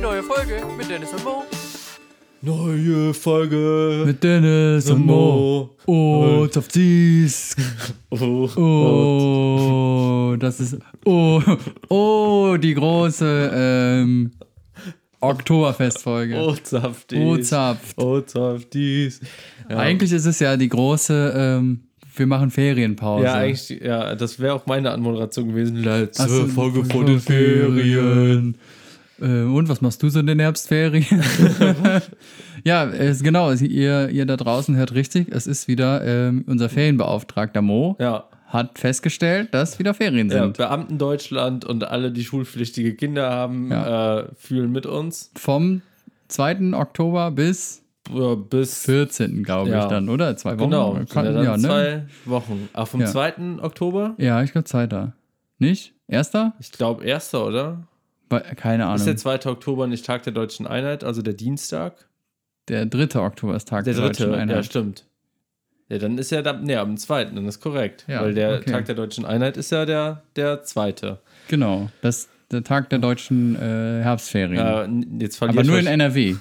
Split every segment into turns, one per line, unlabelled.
Neue Folge mit Dennis und Mo.
Neue Folge
Mit Dennis und Mo. Und auf dies.
Oh,
Oh, das ist. Oh, oh, die große ähm,
Oh,
Oktoberfestfolge.
Otzapfdies.
Ozapft.
Otzapfdies. Ja,
Eigentlich ist es ja die große. Ähm, wir machen Ferienpause.
ja, eigentlich, ja, das wäre auch meine Anmoderation gewesen. Letzte
Ach so,
Folge vor den Ferien.
Ähm, und was machst du so in den Herbstferien? ja, es, genau. es- Ihr, ihr da draußen hört richtig. Es ist wieder ähm, unser Ferienbeauftragter Mo.
Ja.
Hat festgestellt, dass wieder Ferien
Ja,
sind.
Beamten Deutschland und alle, die schulpflichtige Kinder haben, äh, fühlen mit uns.
Vom 2. Oktober bis
Ja, bis
14. glaube
Ja.
ich dann, oder? Zwei Wochen?
genau, sind
Kann,
ja, dann
ja, ne?
zwei Wochen. Ach, vom
Ja.
2. Oktober?
ja, ich glaube zweiter. Nicht? Erster?
Ich glaube, 1. oder?
Bei- Keine Ahnung.
Ist der 2. Oktober nicht Tag der Deutschen Einheit, also der Dienstag?
der dritte Oktober ist Tag
Der
der,
dritte,
Deutschen
ja,
Einheit.
stimmt. Ja, dann ist ja da, nee, am zweiten, dann ist korrekt.
Ja,
weil der
okay.
Tag der Deutschen Einheit ist ja der, der zweite.
genau, das ist der Tag der deutschen äh, Herbstferien.
Äh, n- jetzt,
Aber
verliere
nur
ich
in
wahrsch-
NRW,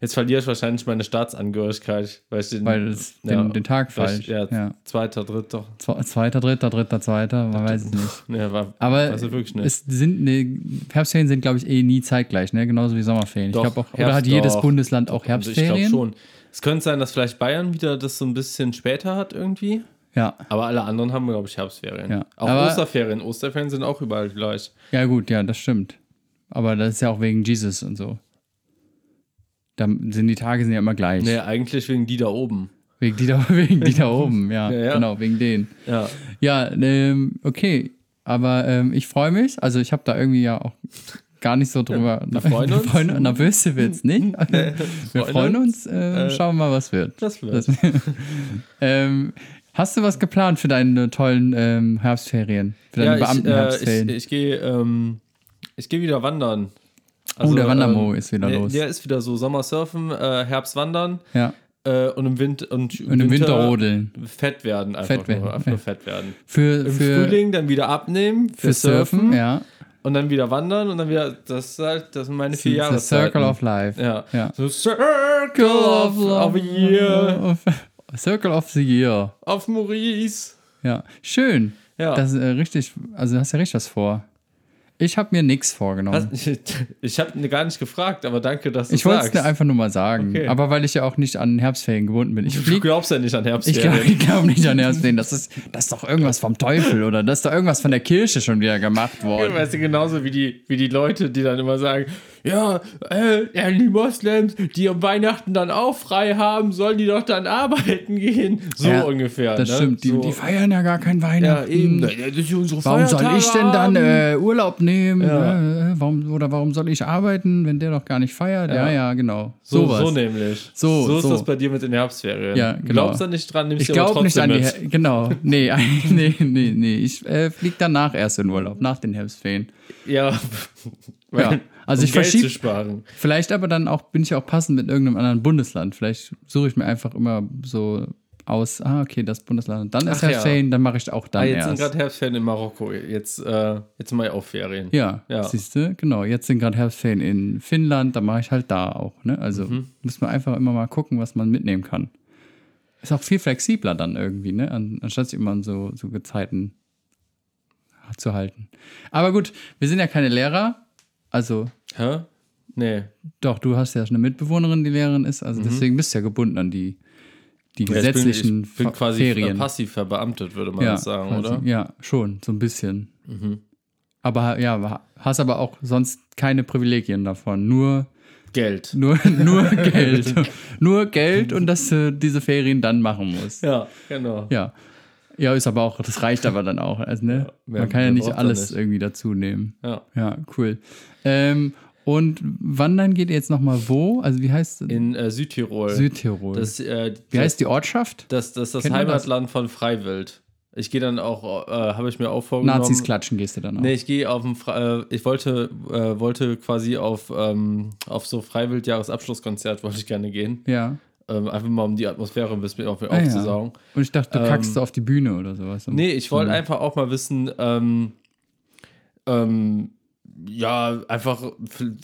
jetzt verliere ich wahrscheinlich meine Staatsangehörigkeit, weil ich den,
weil es
ja,
den, den Tag
weil
falsch.
Ich, ja,
ja.
zweiter, dritter.
Zwe- Zweiter, dritter, dritter, zweiter, man weiß es nicht.
Ja, war,
Aber
also wirklich nicht.
es sind, nee, Herbstferien sind, glaube ich, eh nie zeitgleich, ne? Genauso wie Sommerferien.
Doch,
ich glaube auch, oder hat
Herbst-
jedes
doch.
Bundesland auch
Also ich glaube
Herbstferien?
schon. Es könnte sein, dass vielleicht Bayern wieder das so ein bisschen später hat irgendwie.
Ja.
Aber alle anderen haben, glaube ich, Herbstferien.
Ja.
Auch
Aber-
Osterferien. Osterferien sind auch überall gleich.
Ja, gut, ja, das stimmt. Aber das ist ja auch wegen Jesus und so. Da sind die Tage sind ja immer gleich.
Nee, eigentlich wegen die da oben.
Wegen, die da, wegen die da oben, ja,
Ja, ja.
Genau, wegen denen.
Ja.
Ja, ähm, okay. Aber ähm, ich freue mich. Also ich habe da irgendwie ja auch gar nicht so drüber.
wir freuen uns.
Nervös sind wir jetzt nicht. wir
freuen
freuen uns. Äh, schauen wir mal, was wird.
Das wird.
Das- ähm, hast du was geplant für deine tollen ähm, Herbstferien? Für deine
ich,
Beamtenherbstferien?
äh, ich, ich gehe ähm, ich gehe wieder wandern. Also, ähm,
oh, der Wandermo ist wieder
der,
los.
Der ist wieder so Sommer surfen, äh, Herbst wandern
ja.
äh, und im Wind und,
Und im Winter rodeln.
fett werden einfach
Fett werden,
nur, einfach nur
ja.
fett werden.
Für,
Im
für,
Frühling dann wieder abnehmen für,
für Surfen, ja.
und dann wieder wandern und dann wieder das ist halt das sind meine vier
The
Jahre.
Circle of Life.
ja.
Ja.
So Circle of, of a Year
Of, Circle of the Year.
of Maurice.
Ja. Schön.
Ja.
Das ist äh, richtig, also du hast ja richtig was vor. Ich habe mir nichts vorgenommen.
Was? Ich habe gar nicht gefragt, aber danke, dass du
Ich wollte es dir
sagst.
einfach nur mal sagen.
Okay.
Aber weil ich ja auch nicht an Herbstferien gebunden bin. Ich
Du
fliege.
glaubst ja nicht an
Ich
Herbstferien.
glaube ich glaub nicht an Herbstferien. Das ist, das ist doch irgendwas vom Teufel oder das ist doch irgendwas von der Kirche schon wieder gemacht worden.
Weißt du, genauso wie die, wie die Leute, die dann immer sagen, ja, äh, ja, die Moslems, die am Weihnachten dann auch frei haben, sollen die doch dann arbeiten gehen. So
Ja,
ungefähr.
Das
ne?
stimmt. Die,
so.
die feiern ja gar kein Weihnachten.
ja, eben. Das ist unsere
Warum soll
Feiertage
ich denn dann
haben.
äh, Urlaub nehmen?
Ja.
Äh, warum, oder warum soll ich arbeiten, wenn der doch gar nicht feiert? Ja, ja, genau.
so,
Sowas.
so nämlich.
So,
so ist
so.
das bei dir mit den Herbstferien.
Ja, genau.
Glaubst du nicht dran, nimmst
ich
du aber
glaube
trotzdem
nicht an
mit.
die. Her genau. Nee, nee, nee, nee. Ich äh, fliege danach erst in Urlaub, nach den Herbstferien.
Ja.
Ja. Also
um
ich
Geld zu
verschiebe.
sparen.
Vielleicht aber dann auch, bin ich auch passend mit irgendeinem anderen Bundesland. Vielleicht suche ich mir einfach immer so aus, ah, okay, das Bundesland. Und Dann
Ach
ist
ja.
Herbstferien, dann mache ich auch dann
Ah, jetzt sind
erst.
gerade Herbstferien in Marokko. Jetzt, äh, jetzt mal auf Ferien.
Ja,
Ja.
siehst du, genau. Jetzt sind gerade Herbstferien in Finnland, da mache ich halt da auch. Ne? Also
Mhm.
muss man einfach immer mal gucken, was man mitnehmen kann. Ist auch viel flexibler dann irgendwie, ne? An, anstatt sich immer an so, so Gezeiten zu halten. Aber gut, wir sind ja keine Lehrer. Also,
Hä? Nee.
doch, du hast ja eine Mitbewohnerin, die Lehrerin ist. Also deswegen bist du ja gebunden an die, die
Mhm. Ja, ich bin-
gesetzlichen
ich bin
Fa-
quasi äh,
Ferien.
passiv verbeamtet, würde man
ja,
das sagen,
quasi.
oder? Mhm.
Ja, schon, so ein bisschen. Aber ja, wa- hast aber auch sonst keine Privilegien davon. Nur,
Geld.
nur, nur Geld. nur Geld und dass du diese Ferien dann machen musst. Ja.
Ja, genau.
ja. ist aber auch, das reicht aber dann auch. Also, ne?
mehr-
Man kann ja
mehr
nicht
braucht
alles
man nicht.
irgendwie dazu nehmen.
Ja.
Ja, cool. Ähm, und wandern geht ihr jetzt nochmal wo? Also, wie heißt
In äh, Südtirol.
Südtirol.
das, äh,
wie
das,
heißt die Ortschaft?
das, das, das
Kennt man das?
Heimatland von Freiwild. Ich gehe dann auch, äh, habe ich mir auch vorgenommen.
Nazis klatschen gehst du dann auch.
Nee, ich gehe auf dem, Fre- äh, ich wollte, äh, wollte quasi auf, ähm, auf so Freiwild-Jahresabschlusskonzert wollte ich gerne gehen.
Ja.
Ähm, einfach mal um die Atmosphäre ein bisschen auf,
Ah, ja.
aufzusaugen.
Und ich dachte, du
Ähm,
kackst du auf die Bühne oder sowas.
Nee, ich wollte einfach auch mal wissen, ähm, ähm, ja, einfach,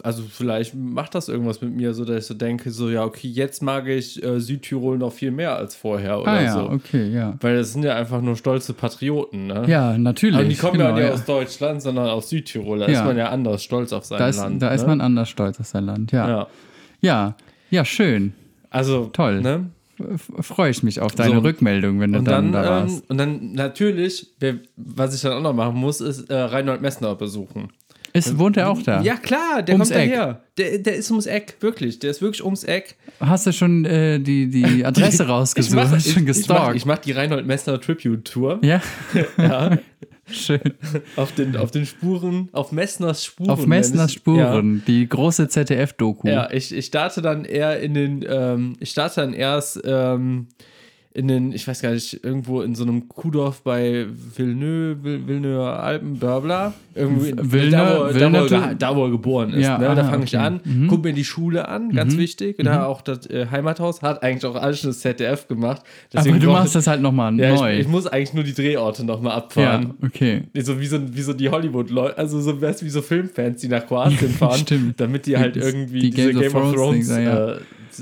also vielleicht macht das irgendwas mit mir, so dass ich so denke, so ja, okay, jetzt mag ich äh, Südtirol noch viel mehr als vorher oder
ah ja,
so.
okay, ja.
Weil das sind ja einfach nur stolze Patrioten, ne?
Ja, natürlich.
Aber die kommen ja
genau,
nicht aus Deutschland, sondern aus Südtirol. Da ist
Ja.
man ja anders stolz auf sein
Da ist,
Land.
da
ne?
ist man anders stolz auf sein Land, ja.
Ja.
Ja, ja, schön.
Also,
Toll.
Ne?
F- Freue ich mich auf deine
So.
Rückmeldung, wenn du
Und
dann,
dann,
da warst.
ähm, und dann natürlich, wer, was ich dann auch noch machen muss, ist äh, Reinhold Messner besuchen.
Ist, wohnt er auch da?
ähm, Ja, klar, der
Ums
kommt
Eck.
daher. Der, der ist ums Eck, wirklich. Der ist wirklich ums Eck.
Hast du schon äh, die, die Adresse rausgesucht?
mach-
Hast du schon
ich, ich, mach,
gestalkt?
ich mach die Reinhold Messner Tribute Tour
ja? Schön.
auf, den, auf den Spuren, auf Messners Spuren.
Auf Messners
nämlich.
Spuren, die große ZDF-Doku.
Ja, ja ich, ich starte dann eher in den, ähm, ich starte dann erst ähm, in den, ich weiß gar nicht, irgendwo in so einem Kuhdorf bei Villeneuve, Vill- Villeneuve Alpen, bla bla. Irgendwie da, wo,
Villeneuve-
da, wo, er
Villeneuve-
geha- da, wo er geboren ist.
Ja,
ne? da
ah,
fange ich
okay. Mhm.
an, guck mir die Schule an, ganz wichtig. Da auch das äh, Heimathaus, hat eigentlich auch alles schon das ZDF gemacht.
Aber du
brauch-
machst das halt nochmal
ja,
neu.
Ich, ich muss eigentlich nur die Drehorte nochmal abfahren.
ja, okay.
Nee, So wie so, wie so die Hollywood-Leute, also so wär's wie so Filmfans, die nach Kroatien fahren,
Stimmt.
damit die halt
Die-
irgendwie
die
diese Game of Thrones,
Thrones-Dinger, ja.
äh,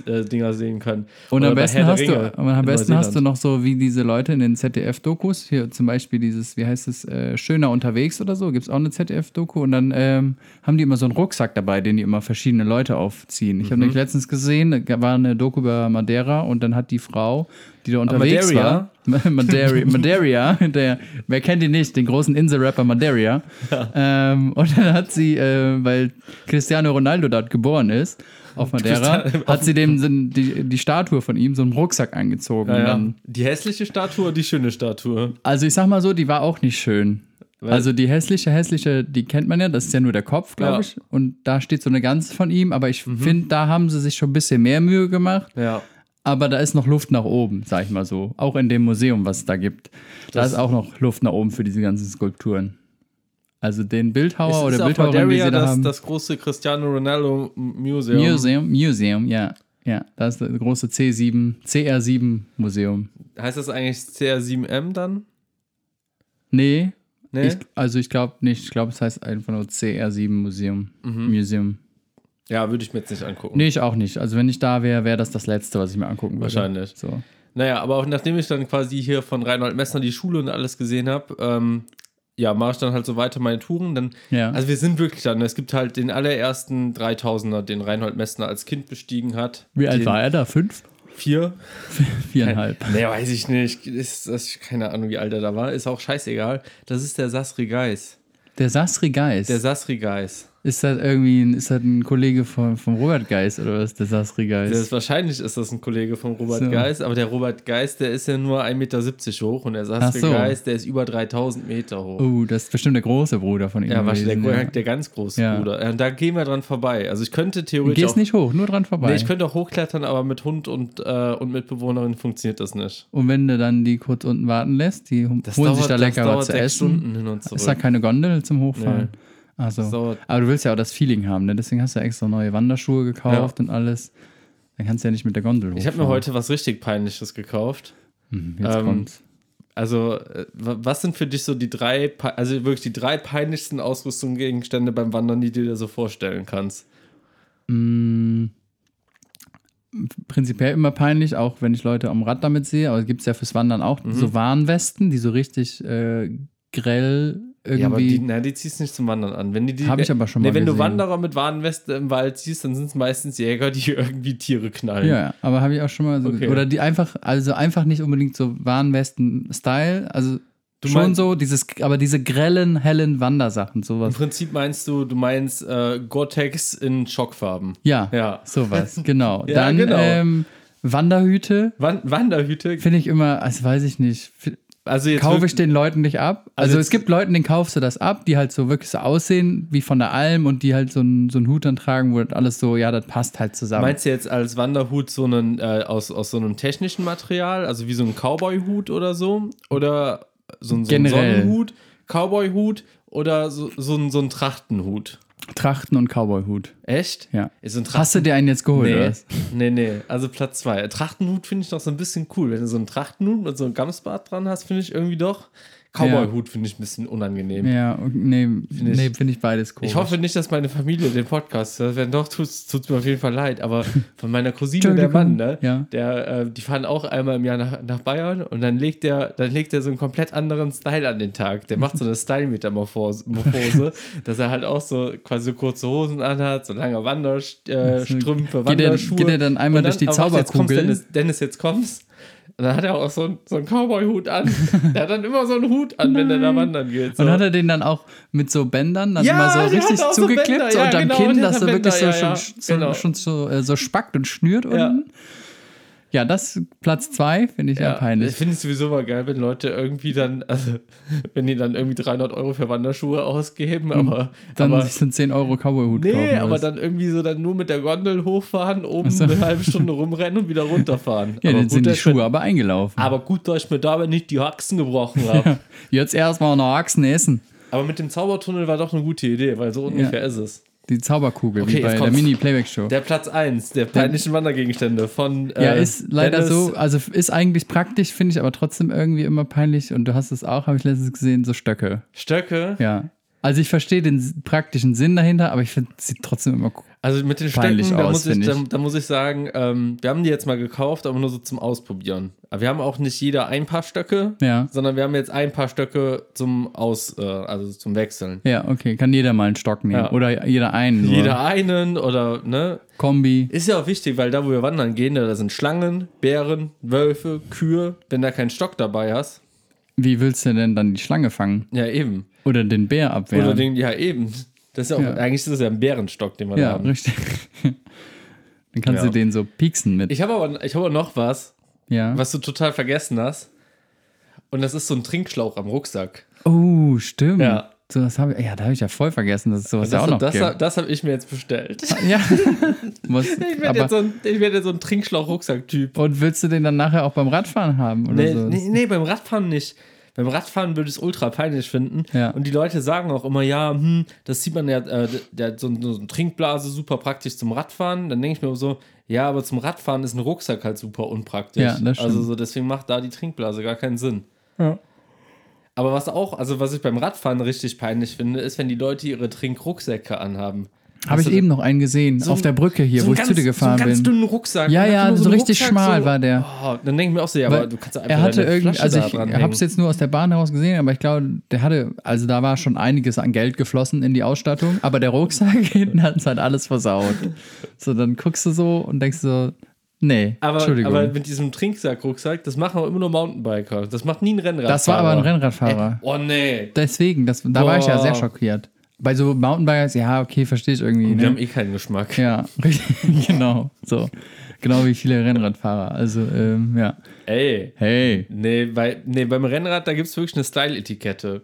äh, Dinger sehen können.
Und
Oder
am
bei
besten,
Herr der
hast
Ringe
du, aber am
in
besten hast du
Neuseeland.
noch so wie diese Leute in den ZDF-Dokus, hier zum Beispiel dieses, wie heißt es, äh, Schöner unterwegs oder so, gibt es auch eine ZDF-Doku und dann ähm, haben die immer so einen Rucksack dabei, den die immer verschiedene Leute aufziehen. Ich habe
Mhm.
nämlich letztens gesehen, da war eine Doku über Madeira und dann hat die Frau, die da unterwegs
Madeira?
war, Madeira, Madeira der, wer kennt ihn nicht, den großen Insel-Rapper Madeira, ähm, und dann hat sie, äh, weil Cristiano Ronaldo dort geboren ist, auf Madeira, hat sie dem so ein- die, die Statue von ihm so einen Rucksack angezogen. Und
Ja, ja.
Dann,
Die hässliche Statue oder die schöne Statue?
also ich sag mal so, die war auch nicht schön. also die hässliche, hässliche, die kennt man ja, das ist ja nur der Kopf, glaube
Ja. Mhm.
ich. Und da steht so eine ganze von ihm, aber ich finde, da haben sie sich schon ein bisschen mehr Mühe gemacht.
Ja.
Aber da ist noch Luft nach oben, sag ich mal so. Auch in dem Museum, was es da gibt. Da
Das-
ist auch noch Luft nach oben für diese ganzen Skulpturen. Also den Bildhauer
Es ist
oder
auf
Bildhauerin, die
Madeira
sie da
das,
haben.
das große Cristiano Ronaldo Museum.
Museum, Museum, ja. Ja, da ist das große C7, CR7 Museum.
Heißt das eigentlich CR7M dann?
Nee,
Nee?
Ich, also ich glaube nicht. Ich glaube, es heißt einfach nur CR7 Museum.
Mhm.
Museum.
ja, würde ich mir jetzt nicht angucken.
Nee, ich auch nicht. Also wenn ich da wäre, wäre das das Letzte, was ich mir angucken würde.
Wahrscheinlich.
So.
Naja, aber auch nachdem ich dann quasi hier von Reinhold Messner die Schule und alles gesehen habe, ähm, ja, mache ich dann halt so weiter meine Touren. Dann,
Ja.
Also wir sind wirklich dann, es gibt halt den allerersten 3000er, den Reinhold Messner als Kind bestiegen hat.
Wie alt
den
war er da? Fünf?
Vier?
Viereinhalb.
Nee, weiß ich nicht. Ist, das, keine Ahnung, wie alt er da war. Ist auch scheißegal. Das ist der Sasri Geis.
Der Sasri Geis.
Der Sasri Geis.
ist das irgendwie ein, ist das ein Kollege von, von Robert Geis oder was? Der Sasri Geis.
Das, wahrscheinlich ist das ein Kollege von Robert
So.
Geis, aber der Robert Geis, der ist ja nur 1,70 Meter hoch und der Sasri
Ach so.
Geis, der ist über 3000 Meter hoch.
oh, das ist bestimmt der große Bruder von ihm.
Ja, wahrscheinlich
gewesen,
der,
ja.
der ganz große
Ja.
Bruder. Ja, Und da gehen wir dran vorbei. Also ich könnte
Du
theoretisch.
gehst
auch,
nicht hoch, nur dran vorbei.
nee, ich könnte auch hochklettern, aber mit Hund und, äh, und Mitbewohnerin funktioniert das nicht.
und wenn du dann die kurz unten warten lässt, die holen
Das
sich da lecker
das
was zu
sechs
essen.
Stunden hin und zurück.
Ist da keine Gondel zum Hochfahren?
Nee. Das
Also,
dauert-
aber du willst ja auch das Feeling haben, ne? deswegen hast du ja extra neue Wanderschuhe gekauft und alles. Dann kannst du ja nicht mit der Gondel hochfahren.
ich habe mir heute was richtig Peinliches gekauft.
Hm, Jetzt
ähm,
kommt's.
Also, äh, wa- was sind für dich so die drei, pe- also wirklich die drei peinlichsten Ausrüstungsgegenstände beim Wandern, die du dir so vorstellen kannst?
Hm, Prinzipiell immer peinlich, auch wenn ich Leute am Rad damit sehe, aber gibt es ja fürs Wandern auch
Mhm.
so Warnwesten, die so richtig äh, grell irgendwie.
Ja, aber die, na, die ziehst du nicht zum Wandern an. Wenn die, die, äh,
Hab ich aber schon
nee,
mal
Wenn du
gesehen.
Wanderer mit Warnweste im Wald ziehst, dann sind es meistens Jäger, die irgendwie Tiere knallen.
Ja, ja, aber habe ich auch schon mal so
Okay.
Oder die einfach, also einfach nicht unbedingt so Warnwesten-Style. Also schon
meinst-
so, dieses, aber diese grellen, hellen Wandersachen,
Im
sowas.
Prinzip meinst du, du meinst äh, Gore-Tex in Schockfarben.
Ja,
Ja.
sowas, genau.
Ja,
Dann
genau.
Ähm, Wanderhüte
Wan Wanderhüte,
finde ich immer, also weiß ich nicht, f-
also jetzt
kaufe
wirklich-
ich den Leuten nicht ab.
Also
Also,
jetzt-
es gibt Leuten, denen kaufst du das ab, die halt so wirklich so aussehen wie von der Alm und die halt so einen so einen Hut dann tragen, wo das alles so, ja, das passt halt zusammen.
Meinst du jetzt als Wanderhut so einen äh, aus, aus so einem technischen Material, also wie so ein Cowboy-Hut oder so? Oder so, ein- so ein
Generell.
Sonnenhut, Cowboy-Hut oder so, so, ein, so ein Trachtenhut?
Trachten und Cowboyhut.
Echt?
Ja.
Ist so ein Trachten
Hast du dir einen jetzt geholt? Oder?
Nee,
was?
nee, nee, also Platz 2. Trachtenhut finde ich noch so ein bisschen cool. Wenn du so einen Trachtenhut mit so einem Gamsbart dran hast, finde ich irgendwie doch, Cowboy-Hut finde ich ein bisschen unangenehm.
Ja, und nee,
ich-
nee finde ich beides cool.
Ich hoffe nicht, dass meine Familie den Podcast hört. Wenn doch, tut es mir auf jeden Fall leid. Aber von meiner Cousine, der Mann,
Entschuldigung.
ne?
Ja.
Der, äh, die fahren auch einmal im Jahr nach, nach Bayern und dann legt der, dann legt der so einen komplett anderen Style an den Tag. Der macht so eine Style-Metamorphose, dass er halt auch so quasi so kurze Hosen anhat, so lange Wanderstrümpfe, äh, Strümpfe,
Geht er-
Wanderschuhe.
geht er dann einmal
Und
durch die
aber warte, jetzt kommst,
Zauberkugel?
Dennis, Dennis, jetzt kommst. Und dann hat er auch so, einen- so einen Cowboy-Hut an. der hat dann immer so einen Hut an, wenn er da wandern geht. So.
Und hat er den dann auch mit so Bändern dann immer so
die
richtig
hat auch so
zugeklippt
Bänder, ja,
unterm
genau,
Kinn,
die
dass
hat
er wirklich so,
Bänder, ja,
schon,
ja,
so,
genau.
schon so, äh, so spackt und schnürt
Ja.
unten. Ja, das Platz zwei finde ich ja,
Ich
peinlich.
finde es sowieso mal geil, wenn Leute irgendwie dann, also wenn die dann irgendwie 300 Euro für Wanderschuhe ausgeben, aber,
Mhm. Dann
aber
sich so einen 10 Euro Cowboy-Hut kaufen.
nee, aber
willst.
dann irgendwie so dann nur mit der Gondel hochfahren, oben
so.
eine halbe Stunde rumrennen und wieder runterfahren.
ja,
aber
dann sind die
dass ich
Schuhe aber eingelaufen.
Mir, aber gut, dass ich mir dabei nicht die Haxen gebrochen habe.
Jetzt erstmal noch Achsen essen.
Aber mit dem Zaubertunnel war doch eine gute Idee, weil so ungefähr ist es.
Die Zauberkugel,
Okay,
wie bei
jetzt
der
kommt's.
Mini-Playback-Show.
Der Platz 1 der peinlichen Wandergegenstände von äh,
Ja, ist leider
Dennis,
so. Also ist eigentlich praktisch, finde ich aber trotzdem irgendwie immer peinlich. Und du hast es auch, habe ich letztens gesehen, so Stöcke.
Stöcke.
Ja. Also ich verstehe den s- praktischen Sinn dahinter, aber ich finde, es sieht trotzdem immer cool.
Also mit den
Peinlich
Stöcken, da,
aus,
muss ich,
find
da,
ich.
da muss ich sagen, ähm, wir haben die jetzt mal gekauft, aber nur so zum Ausprobieren. Aber wir haben auch nicht jeder ein paar Stöcke,
Ja.
sondern wir haben jetzt ein paar Stöcke zum Aus, äh, also zum Wechseln.
Ja, okay. Kann jeder mal einen Stock nehmen.
Ja.
Oder jeder einen. nur.
Jeder einen oder, ne?
Kombi.
Ist ja auch wichtig, weil da, wo wir wandern gehen, da sind Schlangen, Bären, Wölfe, Kühe. Wenn da keinen Stock dabei hast,
Wie willst du denn dann die Schlange fangen?
ja eben.
Oder den Bär abwehren?
Oder den, ja eben. Das ist ja auch,
Ja.
eigentlich ist das ja ein Bärenstock, den wir da
ja,
haben.
richtig. dann kannst
Ja.
du den so pieksen mit.
Ich habe aber, ich hab aber noch was,
ja.
was du total vergessen hast. Und das ist so ein Trinkschlauch am Rucksack.
Oh, stimmt.
Ja.
So, das hab ich, ja, da habe ich ja voll vergessen, dass es sowas ja
Das,
auch noch
das,
gibt.
das, habe ich mir jetzt bestellt. Ich
ja. Was,
werde
aber,
jetzt so ein, ich werd jetzt so ein Trinkschlauch-Rucksack-Typ.
und willst du den dann nachher auch beim Radfahren haben oder
Nee,
so?
nee, nee, beim Radfahren nicht. Beim Radfahren würde ich es ultra peinlich finden.
Ja.
Und die Leute sagen auch immer, ja, hm, das sieht man ja, äh, der, so, ein- so eine Trinkblase super praktisch zum Radfahren. Dann denke ich mir auch so, ja, aber zum Radfahren ist ein Rucksack halt super unpraktisch.
Ja, das stimmt.
also so, deswegen macht da die Trinkblase gar keinen Sinn.
Ja.
Aber was auch, also was ich beim Radfahren richtig peinlich finde, ist, wenn die Leute ihre Trinkrucksäcke anhaben.
Habe
Weißt
ich
du,
eben noch einen gesehen,
so
auf
ein-
der Brücke hier,
so
wo
einen
ich zu dir gefahren
so einen ganz
bin.
dünnen Rucksack.
Ja,
Und
ja,
hat nur
so richtig schmal
so-
war der.
Oh, dann denke ich mir auch so, ja, aber
Weil
du kannst ja einfach
er hatte
deine
irgendwie,
Flasche
also
da
ich
dranhängen.
habe es jetzt nur aus der Bahn heraus gesehen, aber ich glaube, der hatte, also da war schon einiges an Geld geflossen in die Ausstattung, aber der Rucksack hinten hat es halt alles versaut. So, dann guckst du so und denkst so, nee,
aber,
Entschuldigung.
aber mit diesem Trinksack-Rucksack, das machen auch immer nur Mountainbiker. Das macht nie ein Rennradfahrer.
das war aber ein Rennradfahrer.
Oh nee.
Deswegen, das, da war ich ja
Boah.
sehr schockiert. Bei so Mountainbikers, ja, okay, verstehe ich irgendwie.
Wir haben
Ne?
eh keinen Geschmack.
Ja, richtig, genau. So. Genau wie viele Rennradfahrer. Also, ähm, ja.
Ey.
Hey.
Nee, bei, nee, beim Rennrad, da gibt es wirklich eine Style-Etikette.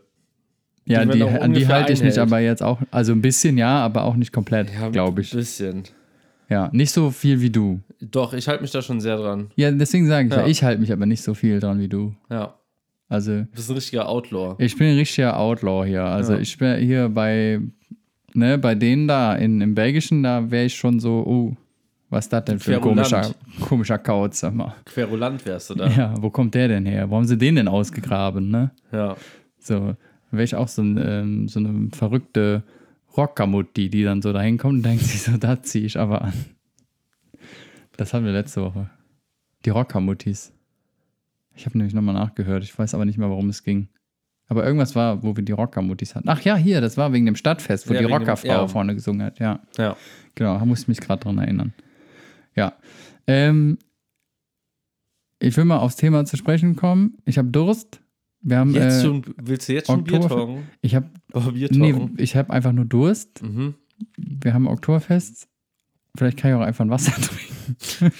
Ja,
Die man
die,
auch
an die
ungefähr
halte ich mich
einhält.
aber jetzt auch, also ein bisschen ja, aber auch nicht komplett,
Ja,
glaube ich.
Ein bisschen.
Ja, nicht so viel wie du.
Doch, ich halte mich da schon sehr dran.
Ja, deswegen sage ich ja,
Ja.
ich halte mich aber nicht so viel dran wie du.
Ja.
Also,
Du bist ein richtiger Outlaw.
ich bin ein richtiger Outlaw hier. Also,
Ja.
ich bin hier bei, ne, bei denen da in, im Belgischen, da wäre ich schon so, oh, was ist das denn für ein
Querulant.
komischer, komischer Kauz, sag mal.
Querulant wärst du da.
Ja, wo kommt der denn her? Wo haben sie den denn ausgegraben, ne?
Ja.
So, wäre ich auch so, ein, ähm, so eine verrückte Rockermutti, die dann so da hinkommt und denkt sich so, da ziehe ich aber an. Das hatten wir letzte Woche. Die Rockermuttis. Ich habe nämlich nochmal nachgehört, ich weiß aber nicht mehr, warum es ging. Aber irgendwas war, wo wir die Rockermuttis hatten. Ach ja, hier, das war wegen dem Stadtfest, wo
Ja,
die
wegen dem-
Rockerfrau
ja.
vorne gesungen hat, ja.
Ja.
Genau, da muss ich mich gerade dran erinnern. Ja. Ähm, ich will mal aufs Thema zu sprechen kommen. Ich habe Durst. Wir haben,
Jetzt
äh,
schon, willst du jetzt schon Bier
Oktoberfe-
trinken?
ich habe
Oh, Bier
Nee,
trinken.
ich habe einfach nur Durst.
Mhm.
Wir haben Oktoberfest. Vielleicht kann ich auch einfach ein Wasser trinken.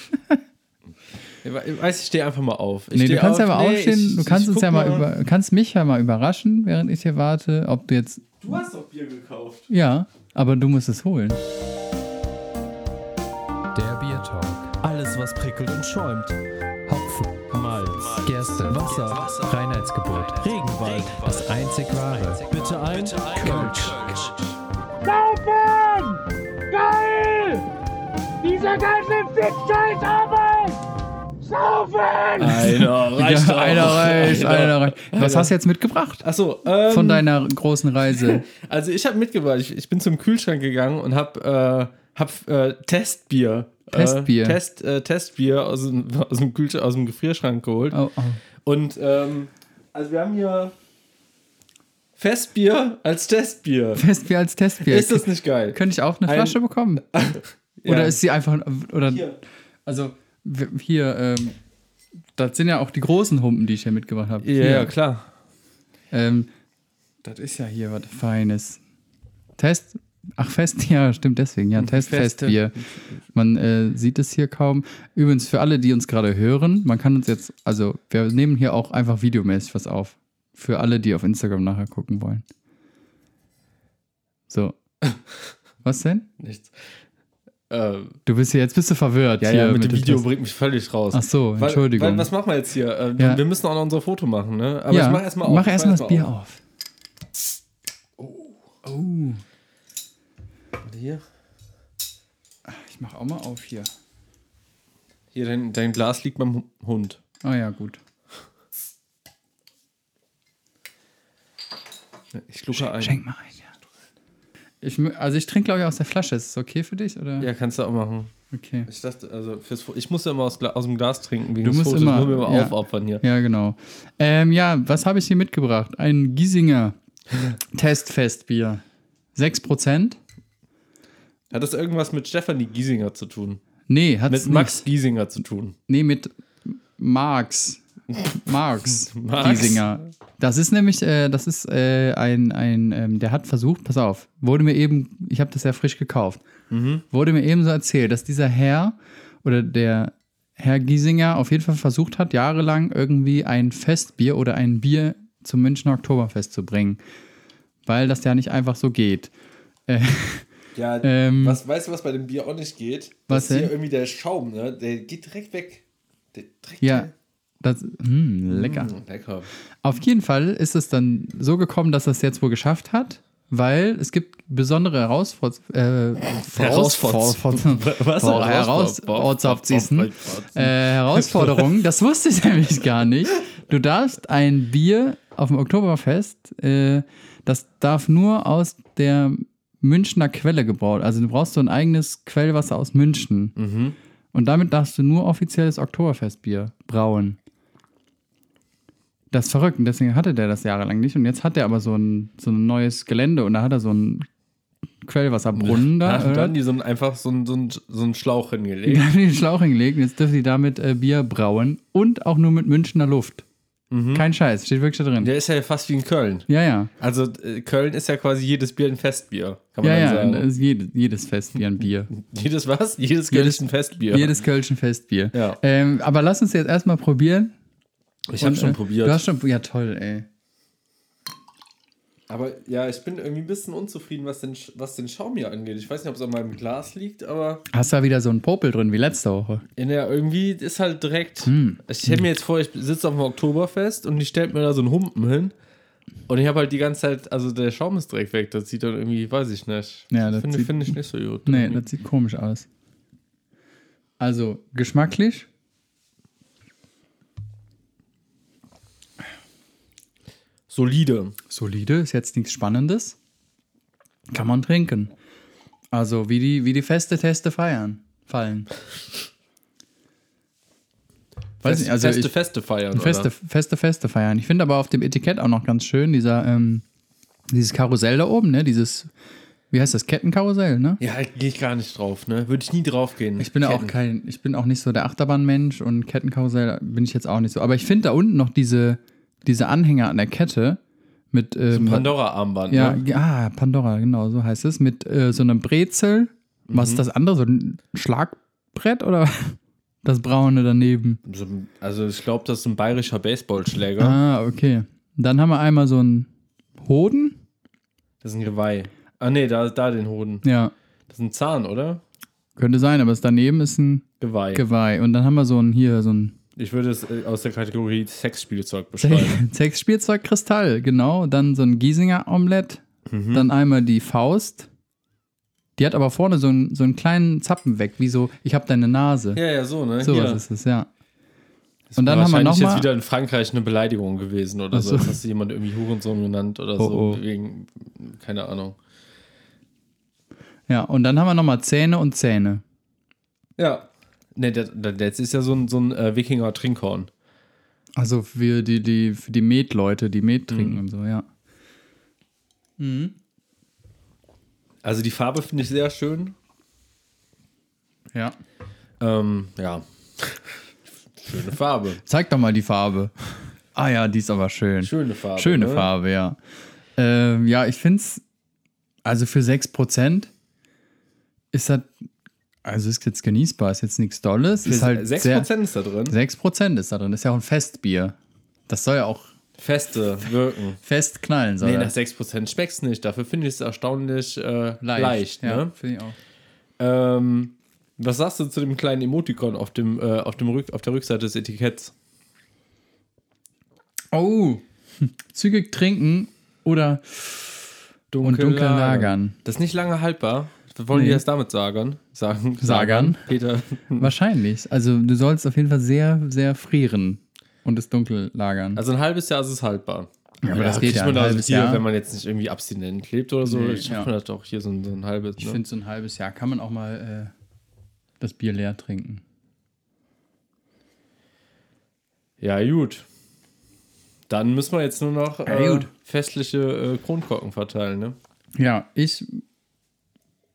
Ich weiß, ich stehe einfach mal auf. Ich
Nee, du
steh
kannst
auf.
ja mal
Nee,
aufstehen.
ich-
du kannst
ich
uns
guck
ja mal über, kannst mich ja mal überraschen, während ich hier warte, ob du jetzt
Du hast doch Bier gekauft.
ja, aber du musst es holen.
Der Bier Talk.
Alles, was prickelt und schäumt.
Hopfen, Malz, Gerste, Wasser, Reinheitsgebot,
Regenwald.
das einzig wahre.
Bitte ein. Kölsch.
Saufen! Geil! Dieser ganze Fick-Scheiß-Arbeit!
Einer reicht
ja,
auch.
einer reicht, einer reicht. Was hast du jetzt mitgebracht
Achso, ähm,
von deiner großen Reise?
also ich habe mitgebracht. Ich, ich bin zum Kühlschrank gegangen und habe äh, hab, äh, Testbier.
Testbier.
Äh, Test, äh, Testbier aus dem, aus, dem Kühlschrank, aus dem Gefrierschrank geholt.
Oh, oh.
Und ähm, also wir haben hier Festbier als Testbier.
Festbier als Testbier.
Ist das nicht geil?
Könnte ich auch eine
Ein-
Flasche bekommen?
Ja.
Oder ist sie einfach. Oder,
Hier.
Also, wir- hier, ähm, das sind ja auch die großen Humpen, die ich hier mitgebracht habe.
Ja, ja,
Hier,
klar.
ähm, das ist ja hier was Feines. Test. Ach, Fest, ja, stimmt, deswegen. Ja, Test,
Mhm. Feste.
Festbier. Man äh, sieht es hier kaum. Übrigens, für alle, die uns gerade hören, man kann uns jetzt, also, wir nehmen hier auch einfach videomäßig was auf. Für alle, die auf Instagram nachher gucken wollen. So. Was denn?
Nichts. Ähm,
Du bist hier, jetzt bist du verwirrt.
ja,
hier
ja, mit dem Video
Test.
bringt mich völlig raus.
Ach so,
Wa-
Entschuldigung.
wa- was machen wir jetzt hier? Äh,
Ja.
Wir müssen auch noch unser Foto machen, ne? Aber
ja,
ich mach erstmal auf.
Mach
ich
erstmal
erst
das
mal
Bier auf.
Warte, Hier,
Ich mach auch mal auf hier.
hier dein, dein Glas liegt beim Hu- Hund.
Ah ja, gut.
Ich schlucke ein.
Schenk mal ein, ja. Ich, mö- also ich trinke, glaube ich, aus der Flasche. Ist es okay für dich? Oder?
Ja, kannst du auch machen.
Okay.
Ich dachte, also fürs Fo- ich muss ja immer aus, Gla- aus dem Glas trinken wegen
Du
des
musst
Fotos.
immer-
Ich muss mir immer
ja.
aufopfern hier.
Ja, genau. Ähm, ja, was habe ich hier mitgebracht? Ein Giesinger Testfestbier. 6%?
Hat das irgendwas mit Stefanie Giesinger zu tun?
Nee, hat
Mit
es
Max
nicht.
Giesinger zu tun?
Nee, mit Marx. Marx.
Marx.
Giesinger. Das ist nämlich, äh, das ist äh, ein, ein ähm, der hat versucht, pass auf, wurde mir eben, ich habe das ja frisch gekauft, wurde mir eben so erzählt, dass dieser Herr oder der Herr Giesinger auf jeden Fall versucht hat, jahrelang irgendwie ein Festbier oder ein Bier zum Münchner Oktoberfest zu bringen. Weil das ja nicht einfach so geht. Äh,
Ja,
Ähm.
was, weißt du, was bei dem Bier auch nicht geht? das
Was
ist hier
denn?
irgendwie der Schaum, ne? Der geht direkt weg. Der direkt
Ja,
weg.
das, mh, lecker.
Mm, lecker.
Auf jeden Fall ist es dann so gekommen, dass er es jetzt wohl geschafft hat, weil es gibt besondere Herausforderungen. Äh,
Herausforderungs- Was?
Boah, heraus- Ortshauptsitzen. äh, Herausforderungen. Das wusste ich nämlich gar nicht. Du darfst ein Bier auf dem Oktoberfest, äh, das darf nur aus der Münchner Quelle gebraut. Also du brauchst so ein eigenes Quellwasser aus München. Und damit darfst du nur offizielles Oktoberfestbier brauen. Das ist verrückt. Und deswegen hatte der das jahrelang nicht. Und jetzt hat er aber so ein, so ein neues Gelände und da hat er so einen Quellwasserbrunnen Hm, da.
Da haben
oder?
dann die so ein, einfach so einen so ein, so ein Schlauch hingelegt.
Die haben den Schlauch hingelegt und jetzt dürfen die damit äh, Bier brauen und auch nur mit Münchner Luft. Kein Scheiß, steht wirklich da drin.
Der ist Mhm. ja fast wie in Köln.
Ja, ja.
Also äh, Köln ist ja quasi jedes Bier ein Festbier, kann man
Ja, ja,
dann
das
sagen.
ist jedes, jedes Festbier ein Bier.
Jedes was? Jedes Köln
Jedes-
ist ein Festbier.
Jedes Kölschen Festbier.
Ja.
Ähm, aber lass uns jetzt erstmal probieren.
ich habe
Und,
schon
äh,
probiert.
Du hast schon, ja, toll, ey.
aber ja, ich bin irgendwie ein bisschen unzufrieden, was den, Sch- was den Schaum hier angeht. Ich weiß nicht, ob es an meinem Glas liegt, aber
Hast da wieder so einen Popel drin wie letzte Woche.
in der irgendwie ist halt direkt.
Hm,
Ich stelle mir jetzt vor, ich sitze auf dem Oktoberfest und die stellt mir da so einen Humpen hin. Und ich habe halt die ganze Zeit, also der Schaum ist direkt weg. Das sieht dann irgendwie, weiß ich nicht.
Ja, das
finde
sieht-
finde ich nicht so gut.
Nee, das sieht komisch aus. Also, geschmacklich.
Solide.
Solide, ist jetzt nichts Spannendes. Kann man trinken. Also, wie die, wie die feste Teste feiern, fallen. Weiß nicht, also
feste,
ich,
feste feiern.
feste, feste, feste feiern. Ich finde aber auf dem Etikett auch noch ganz schön dieser, ähm, dieses Karussell da oben, ne? Dieses, wie heißt das, Kettenkarussell, ne?
Ja, gehe ich gar nicht drauf, ne? Würde ich nie drauf gehen.
Ich bin ja auch
Ketten.
kein, ich bin auch nicht so der Achterbahnmensch und Kettenkarussell bin ich jetzt auch nicht so. Aber ich finde da unten noch diese, diese Anhänger an der Kette mit ähm,
Pandora-Armband,
Ja,
ne?
ja, ah, Pandora, genau, so heißt es. Mit äh, so einem Brezel.
Mhm.
Was ist das andere? So ein Schlagbrett oder das braune daneben?
So, also ich glaube, das ist ein bayerischer Baseballschläger.
Ah, okay. Dann haben wir einmal so einen Hoden.
Das ist ein Geweih. Ah nee, da, da den Hoden.
Ja,
Das ist ein Zahn, oder?
könnte sein, aber es daneben ist ein
Geweih.
Geweih. Und dann haben wir so einen hier, so ein
ich würde es äh, aus der Kategorie Sexspielzeug beschreiben.
Sexspielzeug Kristall, genau. Dann so ein Giesinger Omelett.
Mhm.
Dann einmal die Faust. Die hat aber vorne so einen, so einen kleinen Zappen weg, wie so, ich habe deine Nase.
ja, ja, so, ne?
Sowas
Hier.
ist es, ja. Und dann haben wir
Wahrscheinlich jetzt
nochmal.
wieder in Frankreich eine Beleidigung gewesen oder so.
Ach so.
Jetzt hast du jemand irgendwie Hurensohn genannt oder
Oh,
so.
oh.
Wegen, keine Ahnung.
Ja, und dann haben wir nochmal Zähne und Zähne.
Ja. Ne, das, das das ist ja so ein, so ein äh, Wikinger-Trinkhorn.
Also für die, die, für die Met-Leute, die Met
Mhm.
trinken und so, ja.
Also die Farbe finde ich sehr schön.
Ja.
Ähm, ja. Schöne Farbe.
Zeig doch mal die Farbe. Ah ja, die ist aber schön.
Schöne Farbe.
Schöne
ne?
Farbe, ja. Ähm, ja, ich finde es, also für 6% ist das, also ist jetzt genießbar, ist jetzt nichts Dolles. Ist halt
6%
sehr-
ist da drin.
6% ist da drin, ist ja auch ein Festbier. Das soll ja auch
Feste wirken.
fest knallen, soll
Nee, nach
das
6% schmeckt's nicht. Dafür finde ich es erstaunlich äh, leicht.
ja,
ne?
finde ich auch.
ähm, was sagst du zu dem kleinen Emoticon auf, dem, äh, auf, dem Rück auf der Rückseite des Etiketts?
Oh, zügig trinken oder und dunkel lagern.
Das ist nicht lange haltbar. Wollen die
Nee.
das damit sagen? Sagen.
Sagern.
Peter.
Wahrscheinlich. Also du sollst auf jeden Fall sehr, sehr frieren und es dunkel lagern.
Also ein halbes Jahr ist es haltbar.
Ja, aber das
kriegt
geht ja,
man
ein
da
halbes
hier,
Jahr.
wenn man jetzt nicht irgendwie abstinent lebt oder so.
Nee,
ich schaffe
ja.
das doch hier so ein, so ein halbes.
ich
ne?
finde, so ein halbes Jahr kann man auch mal äh, das Bier leer trinken.
Ja, gut. Dann müssen wir jetzt nur noch
Ja,
äh,
gut.
festliche äh, Kronkorken verteilen, ne?
Ja, ich.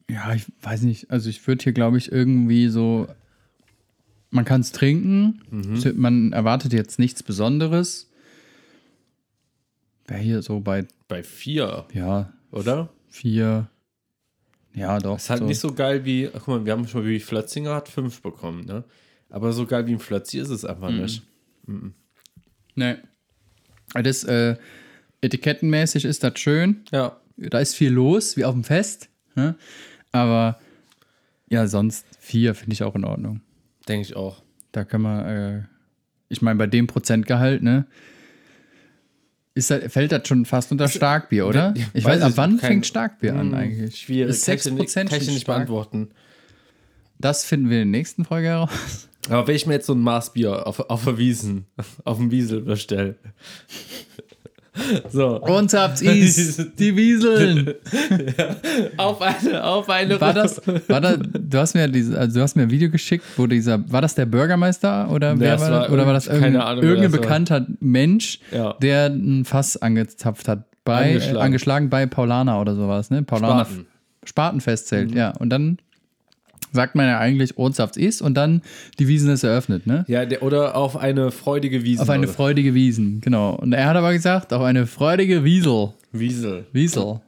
Ja, ich weiß nicht. Also ich würde hier, glaube ich, irgendwie so. Man kann es trinken.
Mhm.
Es- Man erwartet jetzt nichts Besonderes. Wäre hier so bei,
Bei vier,
ja,
oder?
vier. Ja, doch.
Ist halt nicht so geil wie, ach, guck mal, wir haben schon mal wie Flötzinger hat fünf bekommen, ne? Aber so geil wie ein Flötzi ist es
Mhm.
einfach nicht.
Nee. Das, äh, etikettenmäßig ist das schön.
Ja.
Da ist viel los, wie auf dem Fest. Ne? Aber ja, sonst vier finde ich auch in Ordnung.
Denke ich auch.
Da kann man, äh, ich meine, bei dem Prozentgehalt, ne? Ist das, fällt das schon fast unter Starkbier, oder?
Ja,
Ich weiß,
ich
ab wann
kein- Hm,
fängt Starkbier an eigentlich?
Schwierig.
Mhm. Ist
Kann ich dir
6%
nicht- Kann ich dir
schon
nicht
stark?
beantworten.
Das finden wir in der nächsten Folge heraus.
Aber wenn ich mir jetzt so ein Maßbier auf, auf der Wiesen, auf dem Wiesel bestelle. so.
Uns habt's Is, die Wieseln.
Auf eine, auf eine.
War das, war das, du hast mir diese, also du hast mir ein Video geschickt, wo dieser, war das der Bürgermeister oder wer
das
war,
war
das? Oder war das
irgend- keine
irgendein,
Ahnung, wer
irgendein
das war.
bekannter Mensch,
Ja.
der ein Fass angezapft hat? Bei, angeschlagen.
Angeschlagen.
Äh, angeschlagen bei Paulana oder sowas, ne? Paulana
Spaten. Mhm.
Spatenfestzelt, ja. Und dann sagt man ja eigentlich, Ohnsaft ist und dann die Wiesen ist eröffnet, ne?
Ja, der, oder auf eine freudige Wiesen.
Auf eine
oder-
freudige Wiesen, genau. Und er hat aber gesagt, auf eine freudige Wiesel.
Wiesel.
Wiesel.